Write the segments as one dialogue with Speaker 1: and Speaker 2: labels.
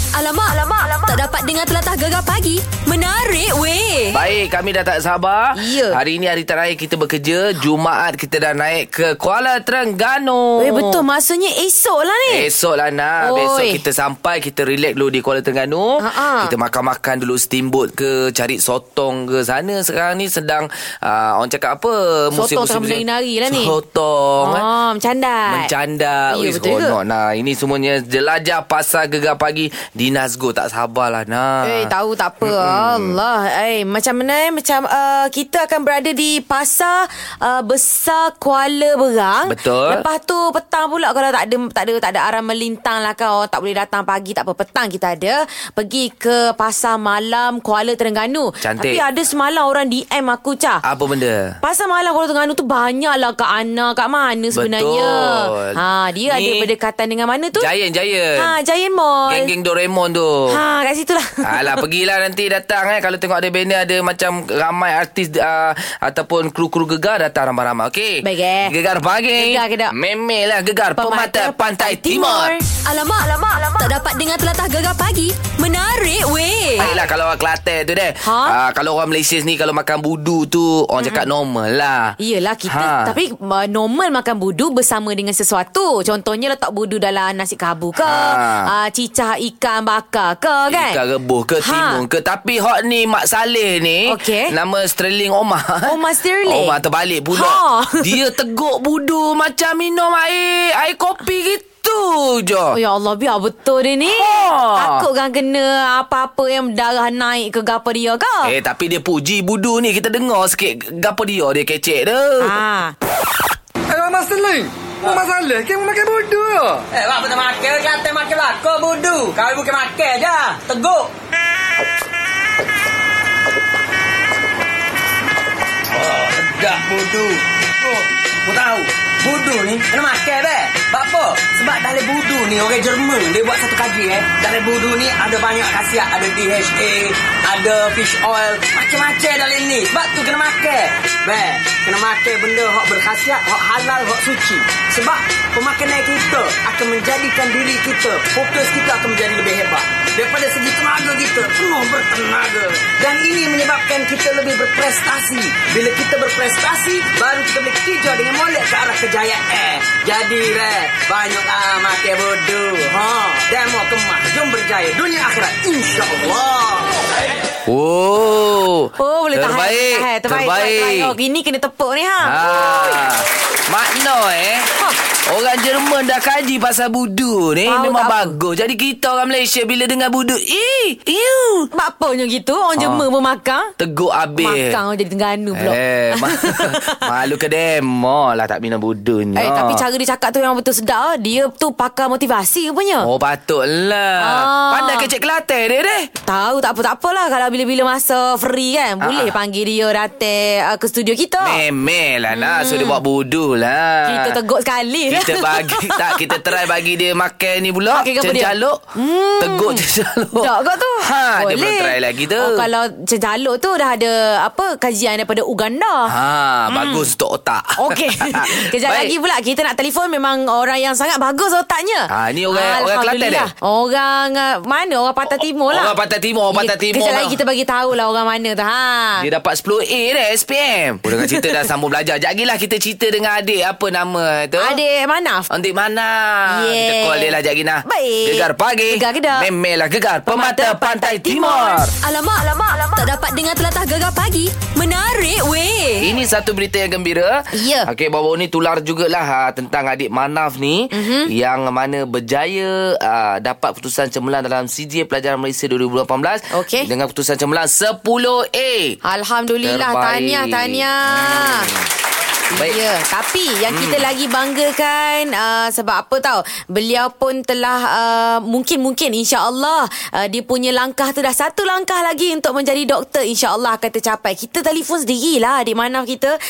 Speaker 1: Alamak, alamak, alamak. Tak dapat dengar telatah gegar pagi. Menarik weh.
Speaker 2: Baik, kami dah tak sabar.
Speaker 1: Ya.
Speaker 2: Hari ini hari terakhir kita bekerja. Jumaat kita dah naik ke Kuala Terengganu.
Speaker 3: Eh betul maksudnya esok lah ni.
Speaker 2: Esok lah
Speaker 3: Oi.
Speaker 2: nak Besok kita sampai Kita relax dulu di Kuala Terengganu
Speaker 3: Ha-ha.
Speaker 2: Kita makan-makan dulu Steamboat ke Cari sotong ke sana Sekarang ni sedang uh, Orang cakap apa
Speaker 3: Sotong tengah menari-nari lah ni.
Speaker 2: Sotong kan?
Speaker 3: Oh, mencandat.
Speaker 2: Mencanda
Speaker 3: Ya,
Speaker 2: Wis,
Speaker 3: betul ke?
Speaker 2: seronok, Nah, Ini semuanya jelajah pasar gegar pagi Di Nazgo tak sabarlah nah.
Speaker 3: Eh tahu tak apa Allah eh macam mana eh macam uh, kita akan berada di pasar uh, besar Kuala Berang.
Speaker 2: Betul.
Speaker 3: Lepas tu petang pula kalau tak ada tak ada tak ada arah melintang lah kan orang tak boleh datang pagi tak apa petang kita ada pergi ke pasar malam Kuala Terengganu. Tapi
Speaker 2: Cantik.
Speaker 3: ada semalam orang DM aku cah.
Speaker 2: Apa benda?
Speaker 3: Pasar malam Kuala Terengganu tu banyak lah Kak Ana Kak mana sebenarnya
Speaker 2: Betul.
Speaker 3: ha, Dia
Speaker 2: Ni-
Speaker 3: ada berdekatan dengan mana tu
Speaker 2: Giant, Giant.
Speaker 3: ha, Giant Mall
Speaker 2: Geng-geng Doraemon tu
Speaker 3: Ha, kat situ lah
Speaker 2: Alah pergilah nanti datang eh kalau tengok ada banner ada macam ramai artis uh, ataupun kru-kru gegar datang ramai-ramai okey.
Speaker 3: Baik, eh.
Speaker 2: Gegar pagi.
Speaker 3: Gegar ke tak?
Speaker 2: Memelah gegar pemata, pantai timur.
Speaker 1: Alamak, alamak, alamak. Tak dapat dengar telatah gegar pagi. Menarik weh.
Speaker 2: Baiklah kalau orang Kelantan tu deh.
Speaker 3: Ha?
Speaker 2: Uh, kalau orang Malaysia ni kalau makan budu tu orang cakap normal lah.
Speaker 3: Iyalah kita ha. Tapi uh, normal makan budu Bersama dengan sesuatu Contohnya letak budu dalam nasi kabu ke
Speaker 2: Ha.
Speaker 3: ha. uh, Cicah ikan bakar ke kan
Speaker 2: Ikan rebus ke
Speaker 3: Ha.
Speaker 2: timun ke Tapi hot ni Mak Saleh ni
Speaker 3: Okey.
Speaker 2: Nama Sterling Omar
Speaker 3: Omar Sterling.
Speaker 2: Omar terbalik pula
Speaker 3: Ha.
Speaker 2: Dia teguk budu Macam minum air Air kopi gitu je
Speaker 3: Oh ya Allah biar betul dia ni
Speaker 2: Ha.
Speaker 3: Takut kan kena apa-apa yang darah naik ke gapa dia ke
Speaker 2: Eh tapi dia puji budu ni Kita dengar sikit Gapa dia Dia kecek dia
Speaker 3: ha.
Speaker 4: Eh, Mama Seling. Mama Saleh, kamu makan bodoh ke?
Speaker 5: Eh, apa nak makan? Kata makan belakang, budu. Kau bukan makan dah. Teguk. Ah, Oh, sedap budu. Oh, kau tahu. Budu ni kena makan dah. Sebab apa? Sebab dalam budu ni orang Jerman dia buat satu kaji eh. Dalam budu ni ada banyak khasiat. Ada DHA, ada fish oil, macam-macam dalam ni. Sebab tu kena makan. Beh, kena makan benda hak berkhasiat, hak halal, hak suci. Sebab pemakanan kita akan menjadikan diri kita, fokus kita akan menjadi lebih hebat. Daripada segi tenaga kita, penuh bertenaga. Dan ini menyebabkan kita lebih berprestasi. Bila kita berprestasi, baru kita boleh kijau dengan molek ke arah kejayaan. Eh, Jadi, reh, banyaklah makan ya bodoh. Ha, demo kemas. Jom berjaya dunia akhirat. InsyaAllah.
Speaker 2: Oh
Speaker 3: Oh boleh tahan,
Speaker 2: terbaik,
Speaker 3: tahan.
Speaker 2: Terbaik
Speaker 3: Terbaik terbaik. Oh, Ini kena tepuk ni ha,
Speaker 2: Ah, makna eh. Orang Jerman dah kaji pasal budu ni
Speaker 3: Tahu tak
Speaker 2: memang
Speaker 3: apa.
Speaker 2: bagus. Jadi kita orang Malaysia bila dengar budu, eh, iu,
Speaker 3: Sebab apanya gitu Orang
Speaker 2: Ha.
Speaker 3: Jerman pun makan
Speaker 2: teguk habis.
Speaker 3: Makan orang jadi Tengganu pula
Speaker 2: Eh, ma- malu ke demo lah tak minum budu ni.
Speaker 3: Eh, tapi cara dia cakap tu memang betul sedap. ah. Dia tu pakar motivasi punya.
Speaker 2: Oh patutlah
Speaker 3: Ah.
Speaker 2: Pandai kecek Kelantan dia deh
Speaker 3: Tahu tak apa tak apalah kalau bila-bila masa free kan boleh
Speaker 2: Ah.
Speaker 3: panggil dia datang uh, ke studio kita.
Speaker 2: Memel lah nak So dia buat budu lah
Speaker 3: Hmm. Kita teguk sekali.
Speaker 2: Kita bagi Tak kita try bagi dia makan ni pula
Speaker 3: Makan ke apa dia?
Speaker 2: Cencaluk hmm. Teguk cencaluk
Speaker 3: Tak kot tu.
Speaker 2: ha, Dia belum try lagi tu
Speaker 3: Oh, kalau cejaluk tu dah ada apa kajian daripada Uganda. Ha.
Speaker 2: Ha, bagus untuk otak.
Speaker 3: Okey. Kejap
Speaker 2: Baik.
Speaker 3: lagi pula kita nak telefon memang orang yang sangat bagus otaknya.
Speaker 2: Ah, ni orang- orang Kelantan
Speaker 3: Alhamdulillah. Orang uh, mana? Orang Pantai Timur lah.
Speaker 2: Orang Pantai Timur, orang Pantai Timur.
Speaker 3: Kejap lagi
Speaker 2: lah.
Speaker 3: kita bagi tahu lah orang mana tu. Ha.
Speaker 2: Dia dapat 10A dah SPM. Oh, dengan cerita dah sambung belajar. Sekejap lagi lah kita cerita dengan adik apa nama tu.
Speaker 3: Adik Manaf.
Speaker 2: Adik mana?
Speaker 3: Yeah.
Speaker 2: Kita call dia lah sekejap lagi nah.
Speaker 3: Baik.
Speaker 2: Gegar pagi.
Speaker 3: Gegar ke tak?
Speaker 2: Memelah gegar. Pemata, Pantai, Timur.
Speaker 1: Alamak, alamak, alamak. Tak dapat dengar telatah gegar pagi. Menarik weh.
Speaker 2: Ini satu berita yang gembira.
Speaker 3: Eh. Ya.
Speaker 2: Okey, baru ni tular jugalah ha, tentang adik Manaf ni
Speaker 3: Mhm.
Speaker 2: mm-hmm. yang mana berjaya uh, dapat putusan cemerlang dalam CJ Pelajaran Malaysia 2018
Speaker 3: Okey.
Speaker 2: dengan putusan cemerlang 10A.
Speaker 3: Alhamdulillah
Speaker 2: Terbaik.
Speaker 3: tahniah tahniah.
Speaker 2: Hmm. Baik.
Speaker 3: Ya, tapi yang kita lagi banggakan uh, sebab apa tahu? Beliau pun telah uh, mungkin-mungkin insya-Allah uh, dia punya langkah tu dah satu langkah lagi untuk menjadi doktor insya-Allah akan tercapai. Kita telefon sendirilah adik Manaf kita.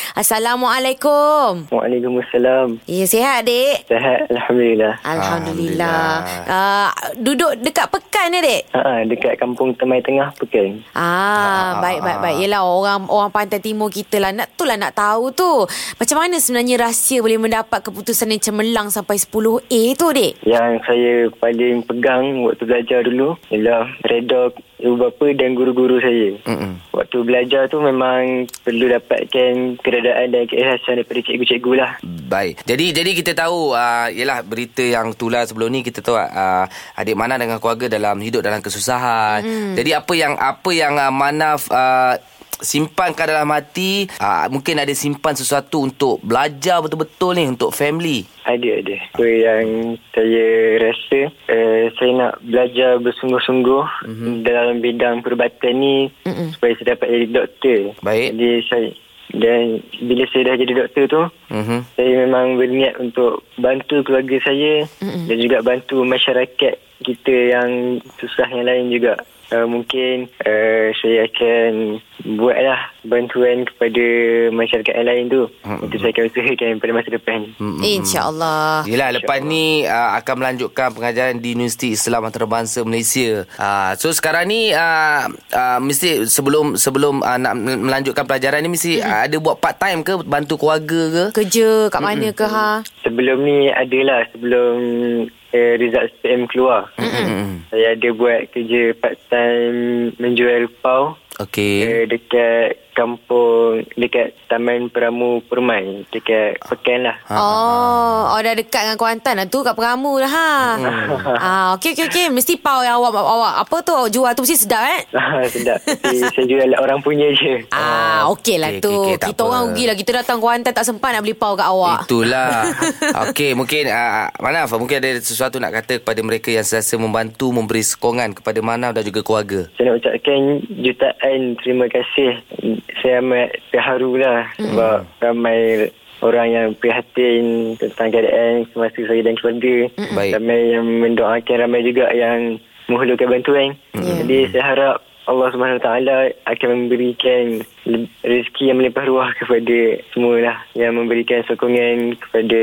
Speaker 3: Assalamualaikum.
Speaker 6: Waalaikumsalam.
Speaker 3: Ya, sihat adik.
Speaker 6: Sehat Alhamdulillah.
Speaker 3: Alhamdulillah. Uh, duduk dekat pekan ni adik.
Speaker 6: Ha, dekat kampung Temai Tengah Pekan.
Speaker 2: Ah.
Speaker 3: Ah, baik baik baik. Yelah orang orang pantai timur kita lah nak tu lah nak tahu tu. Macam mana sebenarnya rahsia boleh mendapat keputusan yang cemerlang sampai 10A tu, Dek?
Speaker 6: Yang saya paling pegang waktu belajar dulu ialah reda ibu bapa dan guru-guru saya.
Speaker 2: Mm-mm.
Speaker 6: Waktu belajar tu memang perlu dapatkan keredaan dan keikhlasan daripada cikgu-cikgu lah.
Speaker 2: Baik. Jadi jadi kita tahu uh, ialah berita yang tular sebelum ni kita tahu uh, adik Mana dengan keluarga dalam hidup dalam kesusahan. Mm. Jadi apa yang apa yang uh, Manaf uh, simpankan dalam hati uh, mungkin ada simpan sesuatu untuk belajar betul-betul ni untuk family.
Speaker 6: Ada, ada. Apa yang saya rasa, uh, saya nak belajar bersungguh-sungguh dalam bidang perubatan ni mm supaya saya dapat jadi doktor.
Speaker 2: Baik.
Speaker 6: Jadi saya, dan bila saya dah jadi doktor tu,
Speaker 2: Mhm.
Speaker 6: saya memang berniat untuk bantu keluarga saya mm dan juga bantu masyarakat kita yang susah yang lain juga. Uh, mungkin uh, saya akan buatlah bantuan kepada masyarakat yang lain tu. Mm-hmm. Itu saya akan usahakan pada masa depan.
Speaker 3: Mm-hmm. InsyaAllah.
Speaker 2: Yelah lepas ni uh, akan melanjutkan pengajaran di Universiti Islam Antarabangsa Malaysia. Uh, so sekarang ni uh, uh, mesti sebelum sebelum uh, nak mel- melanjutkan pelajaran ni mesti uh, ada buat part time ke bantu keluarga ke?
Speaker 3: Kerja kat mana ke, ha?
Speaker 6: Sebelum ni adalah sebelum uh, result SPM keluar. Mm-hmm. Saya ada buat kerja part time menjual pau
Speaker 2: Okey.
Speaker 6: uh, dekat kampung dekat Taman Peramu Permai dekat Pekan lah.
Speaker 3: Ha, oh, oh dah dekat dengan Kuantan lah tu kat Peramu lah ha. ah, okey okey okey mesti pau yang awak awak apa tu jual tu mesti sedap eh.
Speaker 6: Ah, Sedap. Tapi saya jual orang punya je.
Speaker 3: Ah,
Speaker 2: Oh,
Speaker 3: okey lah
Speaker 2: okey,
Speaker 3: tu.
Speaker 2: okey, okey, tak
Speaker 3: kita orang
Speaker 2: apa.
Speaker 3: rugi lah. Kita datang Kuantan tak sempat nak beli pau kat awak.
Speaker 2: Itulah. Okey, mungkin uh, Manaf mungkin ada sesuatu nak kata kepada mereka yang sentiasa membantu memberi sokongan kepada Manaf dan juga keluarga.
Speaker 6: Saya nak ucapkan jutaan terima kasih. Saya amat terharu lah sebab ramai orang yang prihatin tentang keadaan semasa saya dan keluarga.
Speaker 2: Baik.
Speaker 6: Ramai yang mendoakan, ramai juga yang memerlukan bantuan. Jadi saya harap Allah SWT akan memberikan le- rezeki yang melimpah ruah kepada semualah yang memberikan sokongan kepada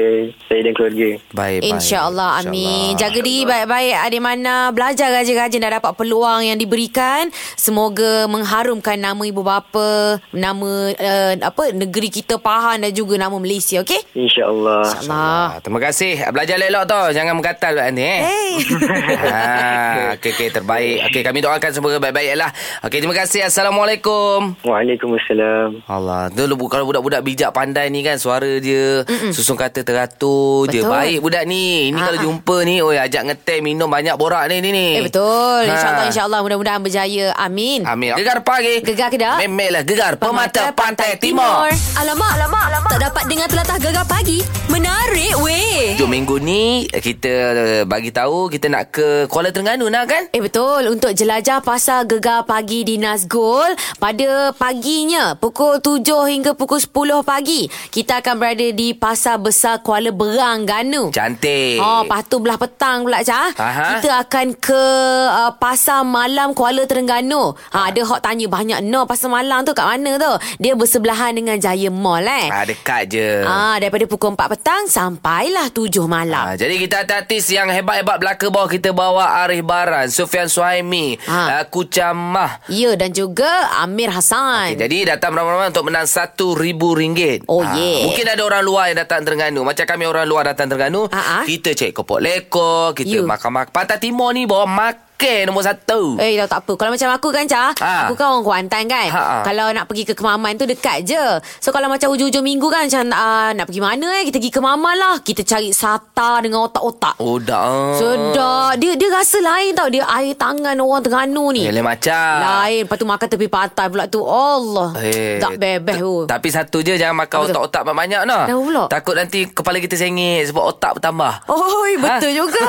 Speaker 6: saya dan keluarga.
Speaker 2: Eh, Baik, baik.
Speaker 3: InsyaAllah Amin
Speaker 2: InsyaAllah.
Speaker 3: Jaga diri baik-baik Adik mana Belajar rajin-rajin Dah dapat peluang yang diberikan Semoga mengharumkan nama ibu bapa Nama uh, apa Negeri kita Pahan Dan juga nama Malaysia Okey
Speaker 6: InsyaAllah.
Speaker 3: InsyaAllah
Speaker 2: Ah, terima kasih. Belajar elok tau. Jangan menggatal buat ni eh.
Speaker 3: Hey.
Speaker 2: ah, okey okey terbaik. Okey kami doakan semoga baik-baik lah. Okey terima kasih. Assalamualaikum.
Speaker 6: Waalaikumsalam.
Speaker 2: Allah, tu lu- kalau budak-budak bijak pandai ni kan suara dia Mm-mm. susun kata teratur je.
Speaker 3: Betul.
Speaker 2: Baik budak ni. Ini
Speaker 3: Ha,
Speaker 2: kalau
Speaker 3: ha.
Speaker 2: jumpa ni, oi ajak ngeteh minum banyak borak ni ni ni.
Speaker 3: Eh betul
Speaker 2: Ha. Ah.
Speaker 3: InsyaAllah InsyaAllah Mudah-mudahan berjaya Amin
Speaker 2: Amin. Gegar pagi.
Speaker 3: Gegar Kedah.
Speaker 2: Memelah gegar pemata, pantai, timur.
Speaker 1: Alamak, alamak, alamak. Tak dapat dengar telatah gegar pagi. Menarik weh.
Speaker 2: Jom minggu ni eh, kita eh, bagi tahu kita nak ke Kuala Terengganu nak kan?
Speaker 3: Eh betul untuk jelajah pasar gegar pagi di Nazgul pada paginya pukul 7 hingga pukul 10 pagi kita akan berada di pasar besar Kuala Berang Ganu.
Speaker 2: Cantik.
Speaker 3: Oh, lepas tu belah petang pula Cah.
Speaker 2: Aha.
Speaker 3: Kita akan ke uh, pasar malam Kuala Terengganu.
Speaker 2: Ah.
Speaker 3: Ha, ada hok tanya banyak no pasar malam tu kat mana tu? Dia bersebelahan dengan Jaya Mall eh.
Speaker 2: Ah, dekat je.
Speaker 3: Ah, daripada pukul 4 petang sampailah 7 malam.
Speaker 2: Ah, jadi kita ada artis yang hebat-hebat belaka bawah kita bawa Arif Baran, Sufian Suhaimi,
Speaker 3: Ah.
Speaker 2: ah. Kucamah.
Speaker 3: Ya dan juga Amir Hasan.
Speaker 2: Okay, jadi datang beramai-ramai untuk menang RM1,000.
Speaker 3: Kan? Oh,
Speaker 2: Ah,
Speaker 3: yeah.
Speaker 2: Mungkin ada orang luar yang datang Terengganu. Macam kami orang luar datang Terengganu,
Speaker 3: Ah, ah.
Speaker 2: kita cek kopok lekor, kita
Speaker 3: You.
Speaker 2: makan-makan. Pantai Timur ni bawa makan nombor satu.
Speaker 3: Eh dah tak apa Kalau macam aku kan Cah
Speaker 2: Ha.
Speaker 3: Aku kan orang Kuantan kan
Speaker 2: Ha, ha.
Speaker 3: Kalau nak pergi ke Kemaman tu dekat je So kalau macam hujung-hujung minggu kan Macam uh, nak pergi mana eh Kita pergi Kemaman lah Kita cari sata dengan otak-otak
Speaker 2: Oh, dah.
Speaker 3: Sedap Dia dia rasa lain tau Dia air tangan orang Terengganu ni
Speaker 2: Yelah macam.
Speaker 3: Lain Lepas tu makan tepi pantai pula tu Allah
Speaker 2: Eh,
Speaker 3: Tak bebeh oh. tu
Speaker 2: t- Tapi satu je Jangan makan
Speaker 3: Betul.
Speaker 2: otak-otak banyak-banyak nah.
Speaker 3: Dah pula.
Speaker 2: Takut nanti Kepala kita sengit Sebab otak bertambah
Speaker 3: Oi, betul
Speaker 2: Ha?
Speaker 3: juga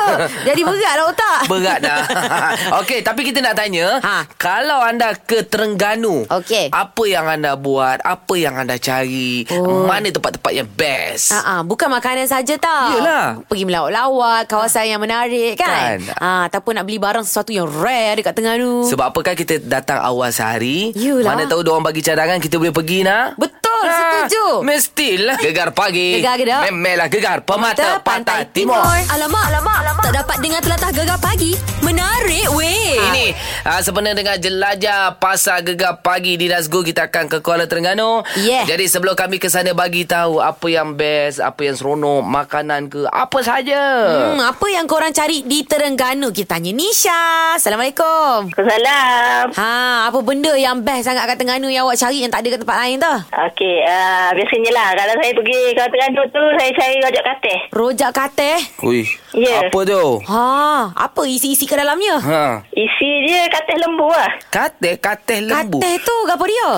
Speaker 3: Jadi berat lah otak
Speaker 2: Berat dah Okey tapi kita nak tanya
Speaker 3: Ha.
Speaker 2: ha. Kalau anda ke Terengganu
Speaker 3: Okey.
Speaker 2: Apa yang anda buat Apa yang anda cari
Speaker 3: Oh.
Speaker 2: oh. Mana tempat-tempat yang best ha.
Speaker 3: Ah, ah, bukan makanan saja tau.
Speaker 2: Yelah.
Speaker 3: Pergi melawat-lawat, kawasan yang menarik kan.
Speaker 2: Kan.
Speaker 3: Ah, ataupun nak beli barang sesuatu yang rare dekat Terengganu.
Speaker 2: Sebab apa kan kita datang awal sehari
Speaker 3: Yelah.
Speaker 2: Mana tahu diorang bagi cadangan Kita boleh pergi nak Ah,
Speaker 3: Betul, setuju.
Speaker 2: Mestilah Gegar pagi
Speaker 3: Gegar gedor.
Speaker 2: Memelah gegar Pemata, Pantai, Timur,
Speaker 3: Ah.
Speaker 1: Alamak, alamak, alamak. Tak dapat dengar telatah gegar pagi. Menarik weh.
Speaker 2: Ini ni uh, Sempena dengan jelajah Pasar Gegar Pagi di Nazgul Kita akan ke Kuala Terengganu
Speaker 3: Yeah.
Speaker 2: Jadi sebelum kami ke sana bagi tahu Apa yang best Apa yang seronok Makanan ke Apa saja
Speaker 3: Hmm, apa yang korang cari di Terengganu? Kita tanya Nisha. Assalamualaikum.
Speaker 7: Salam.
Speaker 3: Ha, apa benda yang best sangat kat Terengganu yang awak cari yang tak ada kat tempat lain tu?
Speaker 7: Okey, uh, biasanya lah kalau saya pergi Kota Terengganu tu, saya cari rojak katih.
Speaker 3: Rojak kateh.
Speaker 2: Ui
Speaker 7: Ya.
Speaker 2: Apa tu
Speaker 3: Ha, apa isi-isi ke dalamnya?
Speaker 2: Ha
Speaker 7: Isi dia katih lembu lah.
Speaker 2: Kateh Kateh lembu
Speaker 3: Kateh tu apa dia?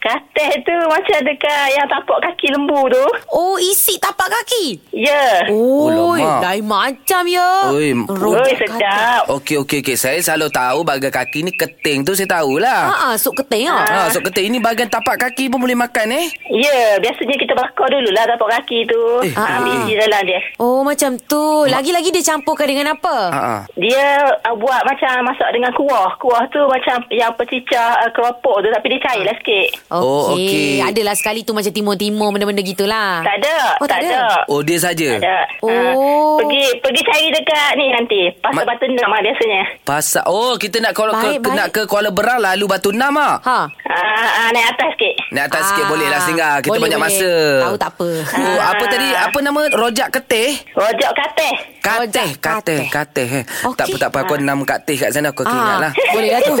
Speaker 7: Katih tu macam dekat yang tapak kaki lembu tu.
Speaker 3: Oh, isi tapak kaki.
Speaker 7: Ya. Yeah.
Speaker 3: Oh,
Speaker 2: lemak.
Speaker 3: lain macam ya.
Speaker 2: Oi.
Speaker 7: Oi,
Speaker 3: kateh.
Speaker 7: sedap.
Speaker 2: Okey okey okey Saya selalu tahu Bahagian kaki ni keting tu Saya tahulah
Speaker 3: Ha, ah, sup keting ah.
Speaker 2: Ha, so ketik ini bahagian tapak kaki pun boleh makan eh.
Speaker 7: Ya, yeah, biasanya kita bakar dululah tapak kaki tu.
Speaker 2: Eh,
Speaker 7: Ah, Ambil isi dalam dia.
Speaker 3: Oh, macam tu. Lagi-lagi dia campurkan dengan apa?
Speaker 2: Ha.
Speaker 7: Dia uh, buat macam masak dengan kuah. Kuah tu macam yang pecicah uh, keropok tu tapi dia cair lah sikit.
Speaker 2: Oh, okey.
Speaker 3: Adalah sekali tu macam timur-timur benda-benda gitulah.
Speaker 7: Tak ada.
Speaker 3: Oh, tak ada.
Speaker 2: Oh dia saja.
Speaker 7: Tak.
Speaker 3: Oh.
Speaker 7: Oh. pergi pergi cari dekat ni nanti. Pasar
Speaker 2: Ma-
Speaker 7: Ma- Batu Enam lah biasanya.
Speaker 2: Pasal oh kita nak kalau ke,
Speaker 3: Baik,
Speaker 2: ke,
Speaker 3: baik.
Speaker 2: nak ke Kuala Berang lalu Batu Enam ah.
Speaker 3: Ha.
Speaker 7: Ah, ah, naik atas sikit.
Speaker 2: Naik atas sikit
Speaker 3: Ah,
Speaker 2: boleh lah singgah. Kita
Speaker 3: boleh,
Speaker 2: banyak
Speaker 3: boleh.
Speaker 2: masa.
Speaker 3: Tahu tak apa.
Speaker 2: Oh, apa tadi apa nama rojak ketih?
Speaker 7: Rojak katih.
Speaker 2: Kateh, kateh, kateh. eh.
Speaker 3: Okey.
Speaker 2: Tak apa tak apa aku enam kateh kat sana aku ingat lah.
Speaker 3: Boleh lah tu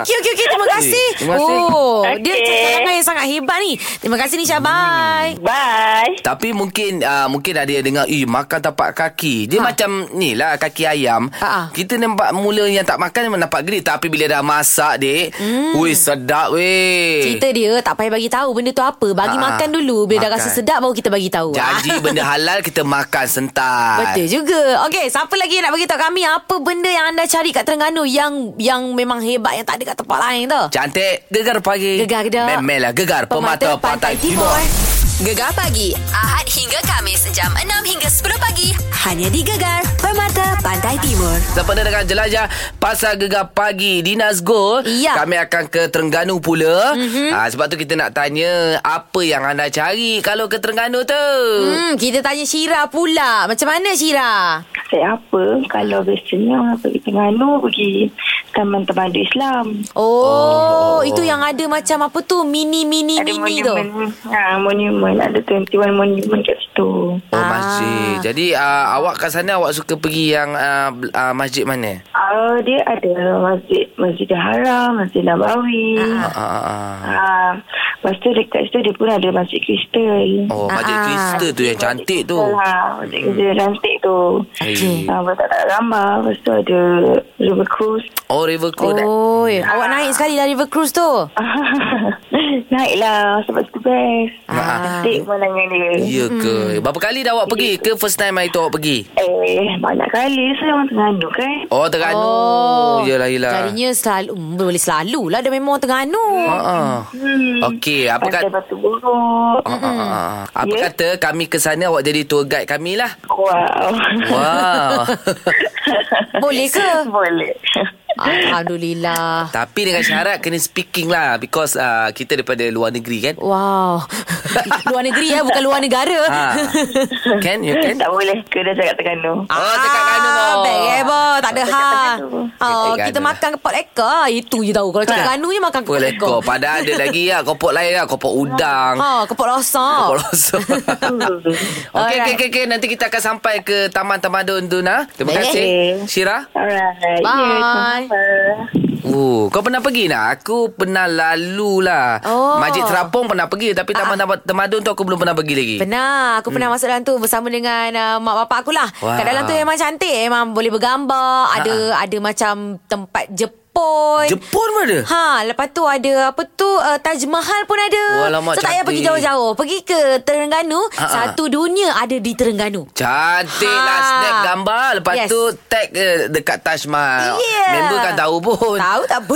Speaker 3: Okey okey okey Terima kasih
Speaker 2: terima kasih.
Speaker 3: Oh
Speaker 7: Okey.
Speaker 3: Dia cadangan yang sangat hebat ni Terima kasih Nisha
Speaker 2: Hmm.
Speaker 3: Bye
Speaker 7: Bye.
Speaker 2: Tapi mungkin uh, mungkin ada yang dengar eh makan tapak kaki. Dia
Speaker 3: Ha.
Speaker 2: ha. macam ni lah kaki ayam.
Speaker 3: Ha, ha.
Speaker 2: Kita nampak mula yang tak makan memang nampak gerik tapi bila dah masak dik, hmm. weh sedap weh.
Speaker 3: Cerita dia tak payah bagi tahu benda tu apa. Bagi
Speaker 2: Ah,
Speaker 3: makan dulu bila dah
Speaker 2: makan.
Speaker 3: rasa sedap baru kita bagi tahu.
Speaker 2: Janji benda halal kita makan sentar.
Speaker 3: ah. Betul juga. Okey, siapa lagi yang nak bagi tahu kami apa benda yang anda cari kat Terengganu yang yang memang hebat yang tak ada kat tempat lain tu?
Speaker 2: Cantik Gegar pagi
Speaker 3: Gegar gedak.
Speaker 2: Memelah lah. gegar Pemata, Pantai, Timur,
Speaker 1: Gegar pagi Ahad hingga Kamis jam 6 hingga 10 pagi hanya di Gegar Permata Pantai Timur.
Speaker 2: Sempena dengan jelajah Pasar Gegar Pagi di Nazgul
Speaker 3: Ya.
Speaker 2: Kami akan ke Terengganu pula mm-hmm. ha, Sebab tu kita nak tanya Apa yang anda cari Kalau ke Terengganu tu mm.
Speaker 3: Hmm, kita tanya Syira pula. Macam mana Syira?
Speaker 8: Saya apa kalau biasanya pergi Terengganu pergi Taman Terpadu Islam.
Speaker 3: Oh, oh, itu yang ada macam apa tu? Mini mini
Speaker 8: ada
Speaker 3: mini tu.
Speaker 8: monumen. Ha, monumen. Ada 21 monumen kat situ.
Speaker 2: Oh masjid Jadi uh, awak kat sana Awak suka pergi yang uh, uh, Masjid mana?
Speaker 8: Uh, dia ada masjid Masjid Haram, Masjid Nabawi. Ha.
Speaker 2: Ah, ah, ah.
Speaker 8: Ha. Lepas tu dekat situ dia pun ada Masjid Kristal.
Speaker 2: Oh masjid
Speaker 3: Ah.
Speaker 2: Kristen tu yang cantik tu Hmm.
Speaker 8: Ha, masjid Kristal cantik tu.
Speaker 2: Okey.
Speaker 8: Ha, lepas tu ada gambar. Lepas tu ada River Cruise.
Speaker 2: Oh River Cruise
Speaker 3: Oh, awak naik sekali dari River Cruise tu.
Speaker 8: Naiklah sebab tu best.
Speaker 2: Ah.
Speaker 8: Cantik menangan dia.
Speaker 2: Ya ke? Berapa kali dah awak pergi ke first time hari tu awak pergi?
Speaker 8: Eh, banyak kali saya orang Terengganu kan.
Speaker 2: Oh Terengganu. Oh, yelah yelah.
Speaker 3: Jadinya selalu hmm, Boleh selalu lah Dia memang Terengganu
Speaker 2: Ha ah.
Speaker 7: Hmm.
Speaker 2: Okey, apa
Speaker 8: Pantai
Speaker 2: kata
Speaker 8: Hmm. Batu Buruk.
Speaker 2: Ah, ah, ah, ah. Apa
Speaker 8: Ya.
Speaker 2: kata kami ke sana awak jadi tour guide kami lah.
Speaker 8: Wow.
Speaker 2: Wow.
Speaker 3: Boleh ke?
Speaker 8: Boleh.
Speaker 2: Ah,
Speaker 3: Alhamdulillah
Speaker 2: Tapi dengan syarat kena speaking lah because uh, kita daripada luar negeri kan.
Speaker 3: Wow Luar negeri ya Bukan luar negara
Speaker 2: Ha. Can you can?
Speaker 8: tak boleh ke dah cakap Terengganu.
Speaker 2: Oh, cakap Terengganu,
Speaker 3: Ah,
Speaker 2: Bo.
Speaker 3: Baik eh bo Tak ada ha
Speaker 8: Terengganu.
Speaker 3: oh,
Speaker 2: Cakap
Speaker 3: Kita
Speaker 2: Terengganu.
Speaker 3: makan kepot ekor Itu je tahu Kalau cakap
Speaker 2: Ha.
Speaker 3: Terengganu je makan
Speaker 2: Apa
Speaker 3: kepot ekor
Speaker 2: lekor? Padahal ada lagi lah. Kopok lain lah. Kopok udang.
Speaker 3: Ha, kepot rosak
Speaker 2: Kopok rosok. Okey, okey, okey. okey. Nanti kita akan sampai ke Taman Tamadun tu, nah. Terima
Speaker 3: Baik.
Speaker 2: kasih. Syirah.
Speaker 8: Alright.
Speaker 3: Bye.
Speaker 8: Ya, sama-sama.
Speaker 2: Oh, kau pernah pergi nak? Aku pernah lalu lah.
Speaker 3: Oh. Ah.
Speaker 2: Masjid Terapung pernah pergi tapi Taman Taman Temadun tu aku belum pernah pergi lagi.
Speaker 3: Pernah Aku pernah masuk dalam tu Bersama dengan uh, Mak bapak aku lah
Speaker 2: Hmm. Wah. Ha.
Speaker 3: Kat dalam tu memang cantik Memang boleh bergambar Ada ada macam Tempat Jepun
Speaker 2: Jepun pun ada?
Speaker 3: Ha, lepas tu ada apa tu uh, Taj Mahal pun ada.
Speaker 2: Oh, Alamak,
Speaker 3: so tak payah
Speaker 2: cantik.
Speaker 3: pergi jauh-jauh. Pergi ke Terengganu,
Speaker 2: Ha, ha.
Speaker 3: satu dunia ada di Terengganu.
Speaker 2: Cantik
Speaker 3: Ha.
Speaker 2: lah snap gambar. Lepas
Speaker 3: Yes.
Speaker 2: tu tag eh, dekat Taj Mahal.
Speaker 3: Yeah.
Speaker 2: Member kan tahu pun.
Speaker 3: Tahu tak apa.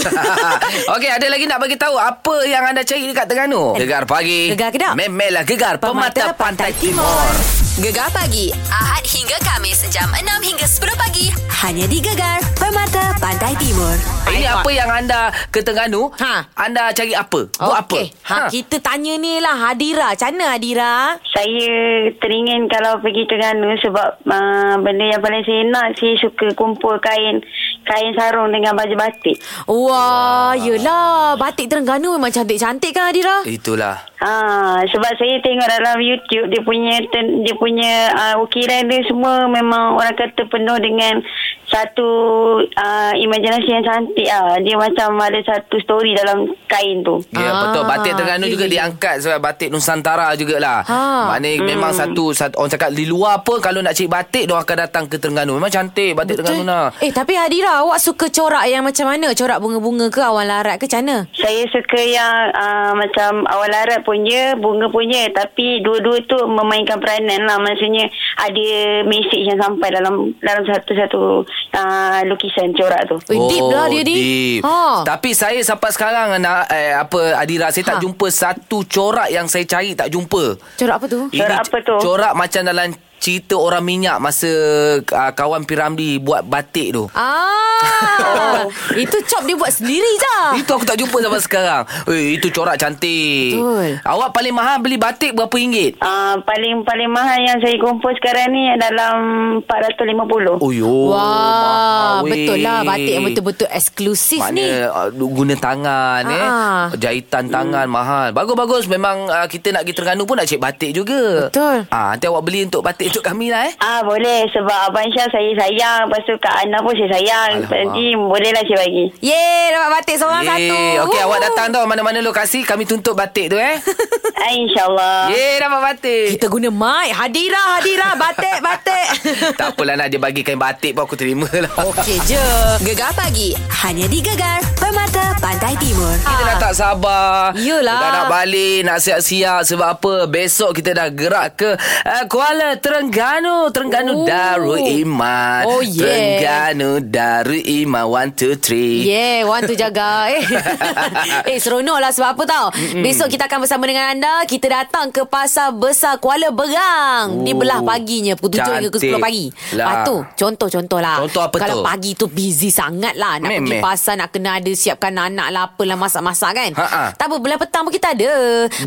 Speaker 2: Okey, ada lagi nak bagi tahu apa yang anda cari dekat Terengganu? Gegar pagi.
Speaker 3: Eh, Gegar kedap. lah
Speaker 2: Memelah gegar pemata, pantai, timur.
Speaker 1: Gegar pagi Ahad hingga Kamis jam 6 hingga 10 pagi hanya di Gegar Permata Pantai Timur.
Speaker 2: Ini apa yang anda ke Terengganu?
Speaker 3: Ha.
Speaker 2: Anda cari Oh, apa? Buat
Speaker 3: Okey. Ha,
Speaker 2: apa?
Speaker 3: kita tanya ni lah Hadira. Macam mana Hadira?
Speaker 8: Saya teringin kalau pergi Terengganu sebab uh, benda yang paling saya nak saya suka kumpul kain
Speaker 7: kain sarung dengan baju batik.
Speaker 3: Wah, yelah. Batik Terengganu memang cantik-cantik kan Adira?
Speaker 2: Eh, Itulah.
Speaker 7: Ah, sebab saya tengok dalam YouTube dia punya ten, dia punya uh, ukiran dia semua memang orang kata penuh dengan satu uh, imajinasi yang cantik ah. Dia macam ada satu story dalam kain tu.
Speaker 2: Ya
Speaker 3: Ah,
Speaker 2: betul Batik Terengganu juga
Speaker 3: really.
Speaker 2: diangkat Sebab batik Nusantara jugalah
Speaker 3: Ha.
Speaker 2: ha. Maknanya hmm. memang satu, satu Orang cakap di luar pun Kalau nak cari batik Diorang akan datang ke Terengganu Memang cantik batik Terengganu lah
Speaker 3: Eh, tapi Adira, awak suka corak yang macam mana? Corak bunga-bunga ke awan larat ke macam mana?
Speaker 7: Saya suka yang uh, macam awal larat punya, bunga punya. Tapi dua-dua tu memainkan peranan lah. Maksudnya ada mesej yang sampai dalam dalam satu-satu uh, lukisan corak tu.
Speaker 3: Eh, deep lah dia ni.
Speaker 2: Oh, deep.
Speaker 3: Ha.
Speaker 2: Tapi saya sampai sekarang nak eh, apa Adira saya tak
Speaker 3: Ha.
Speaker 2: ha. jumpa satu corak yang saya cari tak jumpa.
Speaker 3: Corak apa tu?
Speaker 7: Corak apa tu?
Speaker 2: Corak macam dalam cerita orang minyak masa uh, kawan Piramli buat batik tu. Oh.
Speaker 3: Ah, itu chop dia buat sendiri je.
Speaker 2: Itu aku tak jumpa sampai sekarang. Eh, itu corak cantik.
Speaker 3: Betul.
Speaker 2: Awak paling mahal beli batik berapa ringgit?
Speaker 7: Uh, paling paling mahal yang saya kumpul sekarang ni dalam 450. Oh.
Speaker 2: Oh yo.
Speaker 3: Wah,
Speaker 2: mahal weh.
Speaker 3: betul lah batik yang betul-betul eksklusif ni.
Speaker 2: Maknanya uh, guna tangan
Speaker 3: Ah. Hmm.
Speaker 2: eh Jahitan tangan mahal Bagus-bagus Memang uh, kita nak pergi Terengganu pun Nak cek batik juga
Speaker 3: Betul.
Speaker 2: Ah, Nanti awak beli untuk batik untuk kami lah eh
Speaker 7: Ah boleh sebab Abang Syah saya sayang Lepas tu Kak Ana pun saya sayang
Speaker 2: Alamak.
Speaker 7: Nanti bolehlah saya bagi
Speaker 3: Yeay, dapat batik seorang satu.
Speaker 2: Yeay. Okey
Speaker 3: Woohoo.
Speaker 2: awak datang tau Mana-mana lokasi Kami tuntut batik tu eh
Speaker 7: ah, InsyaAllah
Speaker 2: Yeay dapat batik
Speaker 3: Kita guna mic. Hadirah, hadirah. Batik, batik.
Speaker 2: Tak apalah nak dia bagi kain batik pun Aku terima lah
Speaker 1: Okey je. Gegar pagi. Hanya di Gegar. Permata Pantai Timur.
Speaker 2: Kita dah tak sabar
Speaker 3: Yelah.
Speaker 2: Dah nak balik Nak siap-siap Sebab apa Besok kita dah gerak ke uh, Kuala
Speaker 3: Ooh.
Speaker 2: Terengganu Terengganu Darul Iman
Speaker 3: Oh, yeah.
Speaker 2: Terengganu Darul Iman One, two, three
Speaker 3: Yeah, want tu jaga. Eh, eh seronok lah sebab apa tau. Mm-mm. Besok kita akan bersama dengan anda. Kita datang ke Pasar Besar Kuala Berang. Di
Speaker 2: Ooh,
Speaker 3: belah paginya, pukul 7 hingga pukul 10
Speaker 2: Oh, cantik
Speaker 3: pagi.
Speaker 2: lah.
Speaker 3: Lepas tu, contoh-contoh lah.
Speaker 2: Contoh apa
Speaker 3: Kalau
Speaker 2: tu?
Speaker 3: pagi tu busy sangat lah. Nak pergi
Speaker 2: Memeh.
Speaker 3: pasar, nak kena ada siapkan anak lah, apalah masak-masak kan.
Speaker 2: Ha-ha.
Speaker 3: Tak apa, belah petang pun kita ada.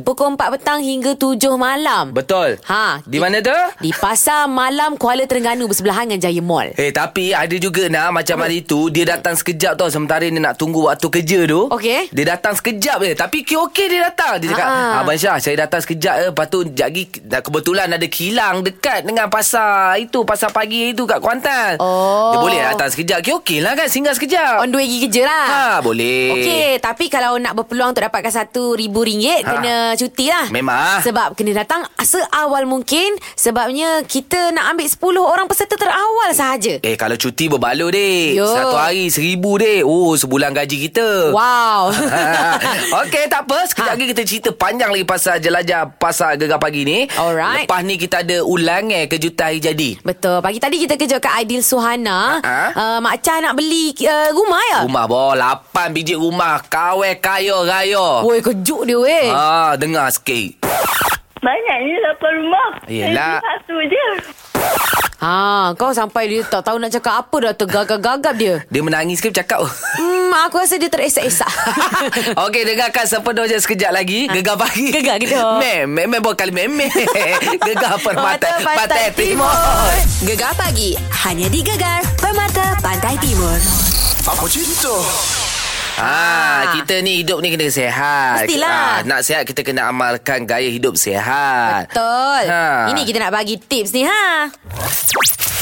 Speaker 3: Pukul 4 petang hingga 7 malam.
Speaker 2: Betul
Speaker 3: Ha,
Speaker 2: Di mana tu?
Speaker 3: Di Pasar Malam Kuala Terengganu bersebelahan dengan Jaya Mall.
Speaker 2: Eh tapi ada juga nak macam hari tu dia datang sekejap tau sementara dia nak tunggu waktu kerja tu.
Speaker 3: Okey.
Speaker 2: Dia datang sekejap je tapi okey-okey dia datang. Dia cakap,
Speaker 3: Ah.
Speaker 2: "Abang Syah, saya datang sekejap je. Lepas tu jap lagi dah kebetulan ada kilang dekat dengan pasar itu, pasar pagi itu kat Kuantan."
Speaker 3: Oh.
Speaker 2: Dia boleh datang sekejap. Okey-okey lah kan singgah sekejap.
Speaker 3: On the way pergi kerja lah
Speaker 2: Ha, boleh.
Speaker 3: Okey Tapi kalau nak berpeluang Untuk dapatkan satu ribu ringgit ha.
Speaker 2: Ha.
Speaker 3: Kena cuti lah
Speaker 2: Memang. ah.
Speaker 3: Sebab kena datang Seawal mungkin Sebabnya Kita nak ambil 10 orang peserta terawal sahaja
Speaker 2: Eh kalau cuti berbaloi dek
Speaker 3: Yo.
Speaker 2: Satu hari seribu dek Oh sebulan gaji kita
Speaker 3: Wow
Speaker 2: Okey tak apa Sekejap
Speaker 3: Ha.
Speaker 2: lagi kita cerita panjang lagi Pasal jelajah Pasar gegar pagi ni
Speaker 3: Alright.
Speaker 2: Lepas ni kita ada ulang eh Kejutan hari jadi
Speaker 3: Betul Pagi tadi kita kejutkan Aidil Suhana
Speaker 2: Ha-ha.
Speaker 3: uh, Mak Cah nak beli uh, rumah ya
Speaker 2: Ha? Rumah boh 8 biji rumah Kawe kaya raya
Speaker 3: Woi kejut dia weh
Speaker 2: Ah, dengar sikit
Speaker 7: Banyaknya lapan rumah
Speaker 2: Yelah. Saya
Speaker 7: Satu je
Speaker 3: ha, Kau sampai dia tak tahu nak cakap apa Dah tergagap-gagap dia
Speaker 2: Dia menangis ke bercakap
Speaker 3: Hmm, aku rasa dia teresak-esak
Speaker 2: Okey dengarkan sepenuh je sekejap lagi Gegar pagi
Speaker 3: Ha. Gegar kita.
Speaker 2: Mem Mem Mem bukan mem mem. Gegar permata Pantai Timur
Speaker 1: Gegar pagi. Hanya di Gegar. Permata Pantai Timur.
Speaker 2: Ah, kita ni hidup ni kena
Speaker 3: Ha.
Speaker 2: sihat.
Speaker 3: Mestilah.
Speaker 2: Ah, nak sihat kita kena amalkan gaya hidup sihat.
Speaker 3: Betul. Ha.
Speaker 2: Ha.
Speaker 3: Ini kita nak bagi tips ni ha.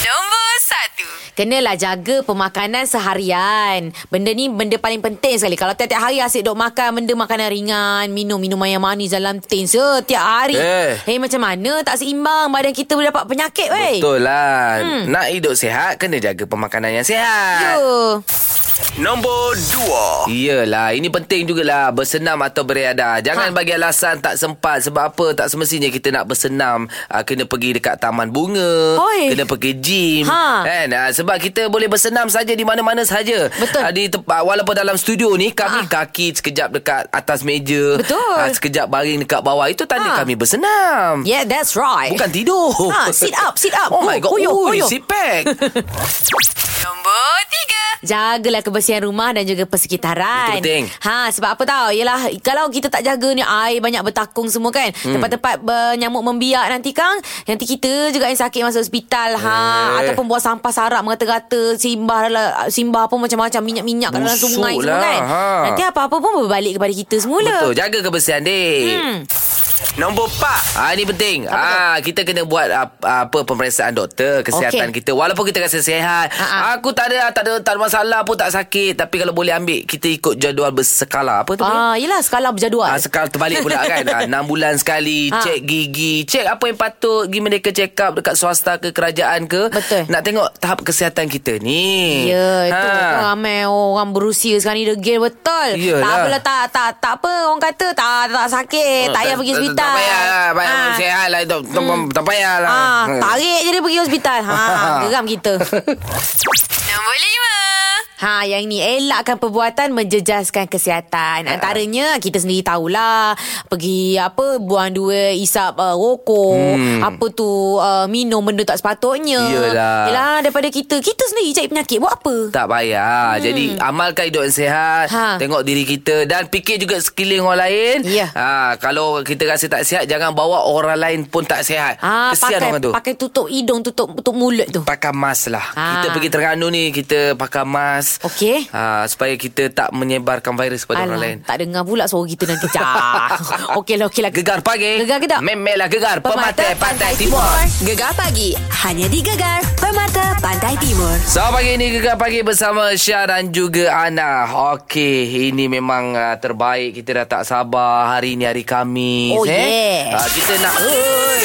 Speaker 1: Nombor satu.
Speaker 3: Kenalah jaga pemakanan seharian. Benda ni benda paling penting sekali. Kalau tiap-tiap hari asyik duk makan benda makanan ringan, minum minuman yang manis dalam tin setiap hari.
Speaker 2: Eh.
Speaker 3: Hey, macam mana tak seimbang badan kita boleh dapat penyakit weh.
Speaker 2: Betul lah. Hmm. Nak hidup sihat kena jaga pemakanan yang sihat.
Speaker 3: Yo.
Speaker 2: Iyalah, ini penting jugalah bersenam atau beredar. Jangan ha. bagi alasan tak sempat sebab apa tak semestinya kita nak bersenam uh, kena pergi dekat taman bunga,
Speaker 3: Oi.
Speaker 2: kena pergi gym
Speaker 3: Ha.
Speaker 2: kan. Uh, sebab kita boleh bersenam saja di mana-mana saja.
Speaker 3: Betul.
Speaker 2: Ah, di tempat walaupun dalam studio ni kami
Speaker 3: Ha.
Speaker 2: kaki sekejap dekat atas meja,
Speaker 3: Betul.
Speaker 2: ah, sekejap baring dekat bawah itu tanda
Speaker 3: Ha.
Speaker 2: kami bersenam.
Speaker 3: Yeah, that's right.
Speaker 2: Eh, Bukan tidur.
Speaker 3: Ha, Ah, sit up, sit up.
Speaker 2: Oh my
Speaker 3: Go,
Speaker 2: god.
Speaker 3: koyok,
Speaker 2: Ui,
Speaker 3: koyok.
Speaker 2: sit pack.
Speaker 1: Nombor tiga.
Speaker 3: Jagalah kebersihan rumah dan juga persekitaran.
Speaker 2: Itu penting.
Speaker 3: Ha sebab apa tahu? Ialah kalau kita tak jaga ni air banyak bertakung semua kan.
Speaker 2: Hmm.
Speaker 3: Tempat-tempat bernyamuk membiak nanti Kang, nanti kita juga yang sakit masuk hospital. Ha
Speaker 2: Eh.
Speaker 3: ataupun buang sampah sarap merata-rata, simbah dalam simbah apa macam-macam minyak-minyak kat dalam
Speaker 2: Busuk
Speaker 3: sungai semua
Speaker 2: lah,
Speaker 3: kan.
Speaker 2: ha.
Speaker 3: Nanti apa-apa pun berbalik kepada kita semula.
Speaker 2: Betul, jaga kebersihan dik. Hmm. Nombor 4. Ah ini penting. Ah kita kena buat ah, apa pemeriksaan doktor kesihatan
Speaker 3: Okey. Ah,
Speaker 2: kita. Walaupun kita rasa sihat,
Speaker 3: Ha-ha.
Speaker 2: aku tak ada tak ada tak ada masalah pun tak sakit, tapi kalau boleh ambil kita ikut jadual berskala. Apa tu? Ah.
Speaker 3: Ah, yelah skala berjadual.
Speaker 2: Ah, sekali terbalik pula kan ah, 6 bulan sekali
Speaker 3: Ah.
Speaker 2: Cek gigi Cek apa yang patut Pergi mereka check up Dekat swasta ke Kerajaan ke
Speaker 3: Betul.
Speaker 2: Nak tengok tahap kesihatan kita ni
Speaker 3: Ya, itu ha. ramai orang berusia sekarang ni degil betul.
Speaker 2: Iyalah.
Speaker 3: Tak apalah tak tak tak apa orang kata tak tak sakit, eh, tak payah pergi hospital.
Speaker 2: Oh, Tak payah lah payah
Speaker 3: Ah.
Speaker 2: Sihat lah tak- tak- Tak payah lah
Speaker 3: Ah, tarik je dia pergi hospital. Ha, geram kita.
Speaker 1: Nombor lima.
Speaker 3: Ha, yang ni elakkan perbuatan menjejaskan kesihatan.
Speaker 2: Ha.
Speaker 3: Antaranya kita sendiri tahulah pergi apa buang dua isap uh, rokok, hmm. apa tu uh, minum benda tak sepatutnya.
Speaker 2: Iyalah.
Speaker 3: Yalah daripada kita kita sendiri cari penyakit buat apa?
Speaker 2: Tak payah hmm. Jadi amalkan hidup yang sihat
Speaker 3: Ha.
Speaker 2: ha. Tengok diri kita Dan fikir juga sekeliling orang lain
Speaker 3: Ya.
Speaker 2: ha, Kalau kita rasa tak sihat Jangan bawa orang lain pun tak sihat
Speaker 3: Ah,
Speaker 2: Kesian
Speaker 3: pakai,
Speaker 2: orang tu
Speaker 3: Pakai tutup hidung, tutup tutup mulut tu.
Speaker 2: Pakai mask lah
Speaker 3: Ha.
Speaker 2: ha. Kita pergi Terengganu ni Kita pakai mask
Speaker 3: Okey.
Speaker 2: ha, Supaya kita tak menyebarkan virus kepada orang lain
Speaker 3: Tak dengar pula suara kita nanti. Cah. okey lah, okey lah.
Speaker 2: Gegar pagi
Speaker 3: Gegar ke tak?
Speaker 2: Memelah gegar Pemata, Pantai, Timur,
Speaker 1: Gegar pagi. Hanya di Gegar. Permata Pantai Timur.
Speaker 2: Selamat pagi ini Gegar Pagi bersama Syah dan juga Ana Okey, ini memang uh, terbaik Kita dah tak sabar Hari ini hari Kamis
Speaker 3: Oh,
Speaker 2: eh?
Speaker 3: yeah.
Speaker 2: Ah, kita nak Oi.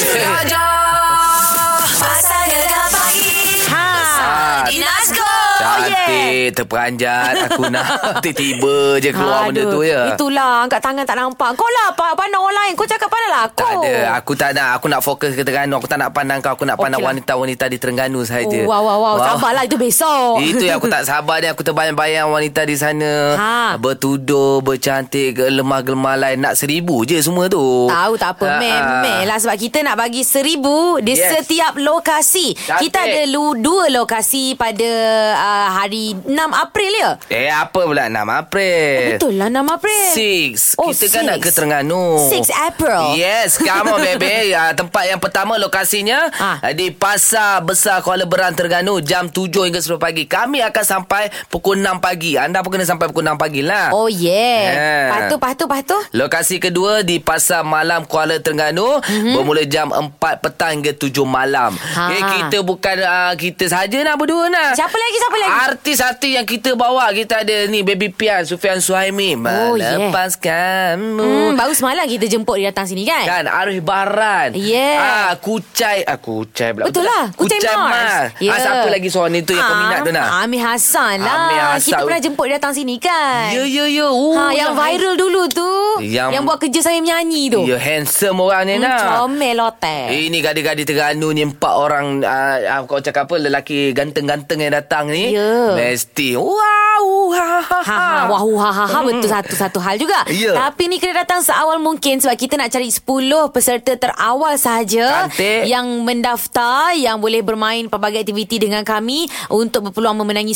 Speaker 1: Pasal Gegar pagi.
Speaker 3: Ha. Oh,
Speaker 2: Ah,
Speaker 1: Di Nazgo.
Speaker 2: Cantik Terperanjat Aku nak Tiba-tiba je keluar benda tu ya
Speaker 3: Itulah Angkat tangan tak nampak Kau lah pa- pandang orang lain Kau cakap pandang lah aku
Speaker 2: tak ada Aku tak nak Aku nak fokus ke Terengganu Aku tak nak pandang kau Aku nak pandang
Speaker 3: Okey lah.
Speaker 2: wanita-wanita di Terengganu sahaja
Speaker 3: Oh, wow, wow, wow. Sabarlah itu besok.
Speaker 2: Itu yang aku tak sabar dia Aku terbayang-bayang wanita di sana
Speaker 3: Ha.
Speaker 2: Bertudur Bercantik Gelemah-gelemah lain Nak seribu je semua tu
Speaker 3: Tahu tak apa
Speaker 2: Ha, ha.
Speaker 3: Memel lah Sebab kita nak bagi seribu Di yes.
Speaker 2: Yes.
Speaker 3: setiap lokasi
Speaker 2: Cantik.
Speaker 3: Kita ada lu, dua lokasi Pada uh, hari 6 April ya
Speaker 2: Eh apa pula 6 April
Speaker 3: Betul lah 6 April
Speaker 2: Six
Speaker 3: Oh,
Speaker 2: Kita kan
Speaker 3: six.
Speaker 2: nak ke Terengganu
Speaker 3: 6 April.
Speaker 2: Yes Come on baby Ah, Tempat yang pertama lokasinya
Speaker 3: Ah.
Speaker 2: ah, Di Pasar Besar Kuala Beran Terengganu Jam 7 hingga 10 pagi Kami akan sampai Pukul 6 pagi Anda pun kena sampai Pukul 6 pagi lah
Speaker 3: Oh yeah
Speaker 2: Ha.
Speaker 3: Patuh patuh patuh
Speaker 2: Lokasi kedua di Pasar Malam Kuala Terengganu mm-hmm. bermula jam 4 petang hingga 7 malam.
Speaker 3: Mhm. Ha.
Speaker 2: Ha. Eh kita bukan uh, kita saja nak berdua nak.
Speaker 3: Siapa lagi, siapa lagi?
Speaker 2: Artis-artis yang kita bawa kita ada ni Baby Pian, Sufian Suhaimi,
Speaker 3: Oh, yeah.
Speaker 2: Melepas kamu.
Speaker 3: Hmm, baru semalam kita jemput dia datang sini kan?
Speaker 2: Kan Arif Baran
Speaker 3: Yeah.
Speaker 2: ah, Kucai ah, Kucai pula
Speaker 3: Betul lah Kucai, Mars Ya. Ah,
Speaker 2: yeah. ah, Siapa lagi seorang itu Yang peminat tu nak
Speaker 3: Amir Hassan lah
Speaker 2: Amir Hassan.
Speaker 3: Kita pernah jemput dia datang sini kan
Speaker 2: Ya ya ya Oh,
Speaker 3: ha, Yang viral dulu tu Yang,
Speaker 2: Yang-
Speaker 3: yang buat kerja saya menyanyi tu
Speaker 2: Ya handsome orang ni
Speaker 3: Hmm,
Speaker 2: nak
Speaker 3: Comel lotek
Speaker 2: Eh, ini gadi-gadi Terengganu ni empat orang uh, kau cakap apa lelaki ganteng-ganteng yang datang ni
Speaker 3: Ya.
Speaker 2: mesti wow ha ha
Speaker 3: Ha, ha, wah, hu, ha, ha, ha, betul satu-satu hal juga.
Speaker 2: Hmm. Ya.
Speaker 3: Tapi ni kena datang seawal mungkin sebab kita nak cari 10 peserta terawal sahaja
Speaker 2: Cantik.
Speaker 3: yang mendaftar, yang boleh bermain pelbagai aktiviti dengan kami untuk berpeluang memenangi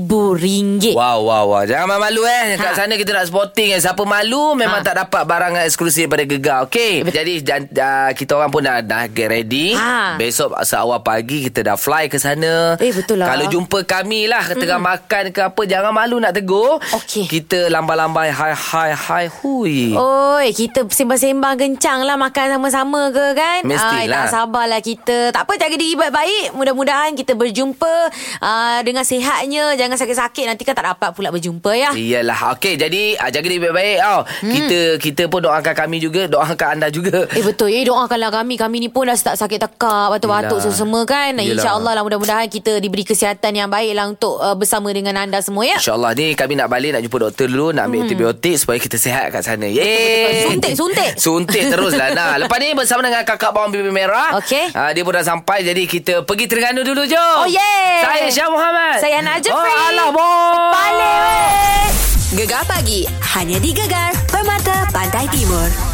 Speaker 3: RM1,000.
Speaker 2: Wow, wow, wow. Jangan malu eh. Kat
Speaker 3: Eh. Ha.
Speaker 2: sana kita nak sporting eh. Siapa malu memang
Speaker 3: Ha. Eh,
Speaker 2: tak dapat barang yang eksklusif pada Gegar. Okey. Jadi jan, uh, kita orang pun dah, dah get ready.
Speaker 3: Ha.
Speaker 2: Besok seawal pagi kita dah fly ke sana.
Speaker 3: Eh, betul lah. Hmm.
Speaker 2: Kalau jumpa kami lah tengah makan ke apa jangan malu nak tegur.
Speaker 3: Okey. Oh.
Speaker 2: Kita lambai-lambai hai hai hai hui.
Speaker 3: Oi, kita sembang-sembang kencang lah makan sama-sama ke kan?
Speaker 2: Mestilah.
Speaker 3: Ah, tak sabarlah kita. Tak apa, jaga diri baik-baik. Mudah-mudahan kita berjumpa ah, dengan sihatnya. Jangan sakit-sakit. Nanti kan tak dapat pula berjumpa ya.
Speaker 2: Iyalah. Okey, jadi ah, jaga diri baik-baik tau. Hmm. Kita kita pun doakan kami juga, doakan anda juga.
Speaker 3: Eh betul Eh doakanlah kami Kami ni pun dah tak sakit tekak Batuk-batuk
Speaker 2: Yelah.
Speaker 3: semua kan
Speaker 2: Yelah.
Speaker 3: InsyaAllah lah mudah-mudahan Kita diberi kesihatan yang baik lah Untuk uh, bersama dengan anda semua ya
Speaker 2: InsyaAllah ni kami nak balik nak jumpa doktor dulu Nak ambil hmm. antibiotik supaya kita sihat kat sana Yeay
Speaker 3: Suntik, suntik.
Speaker 2: Suntik terus lah nah. Lepas ni bersama dengan kakak bawang bibi merah
Speaker 3: Okey.
Speaker 2: uh, Dia pun dah sampai jadi kita pergi Terengganu dulu je
Speaker 3: Oh, yeay.
Speaker 2: Saya Syah Muhammad
Speaker 3: Saya Hana Jeffrey.
Speaker 2: Oh alah boy
Speaker 3: Balik weh
Speaker 1: Gegar pagi. Hanya di Gegar. Permata Pantai Timur.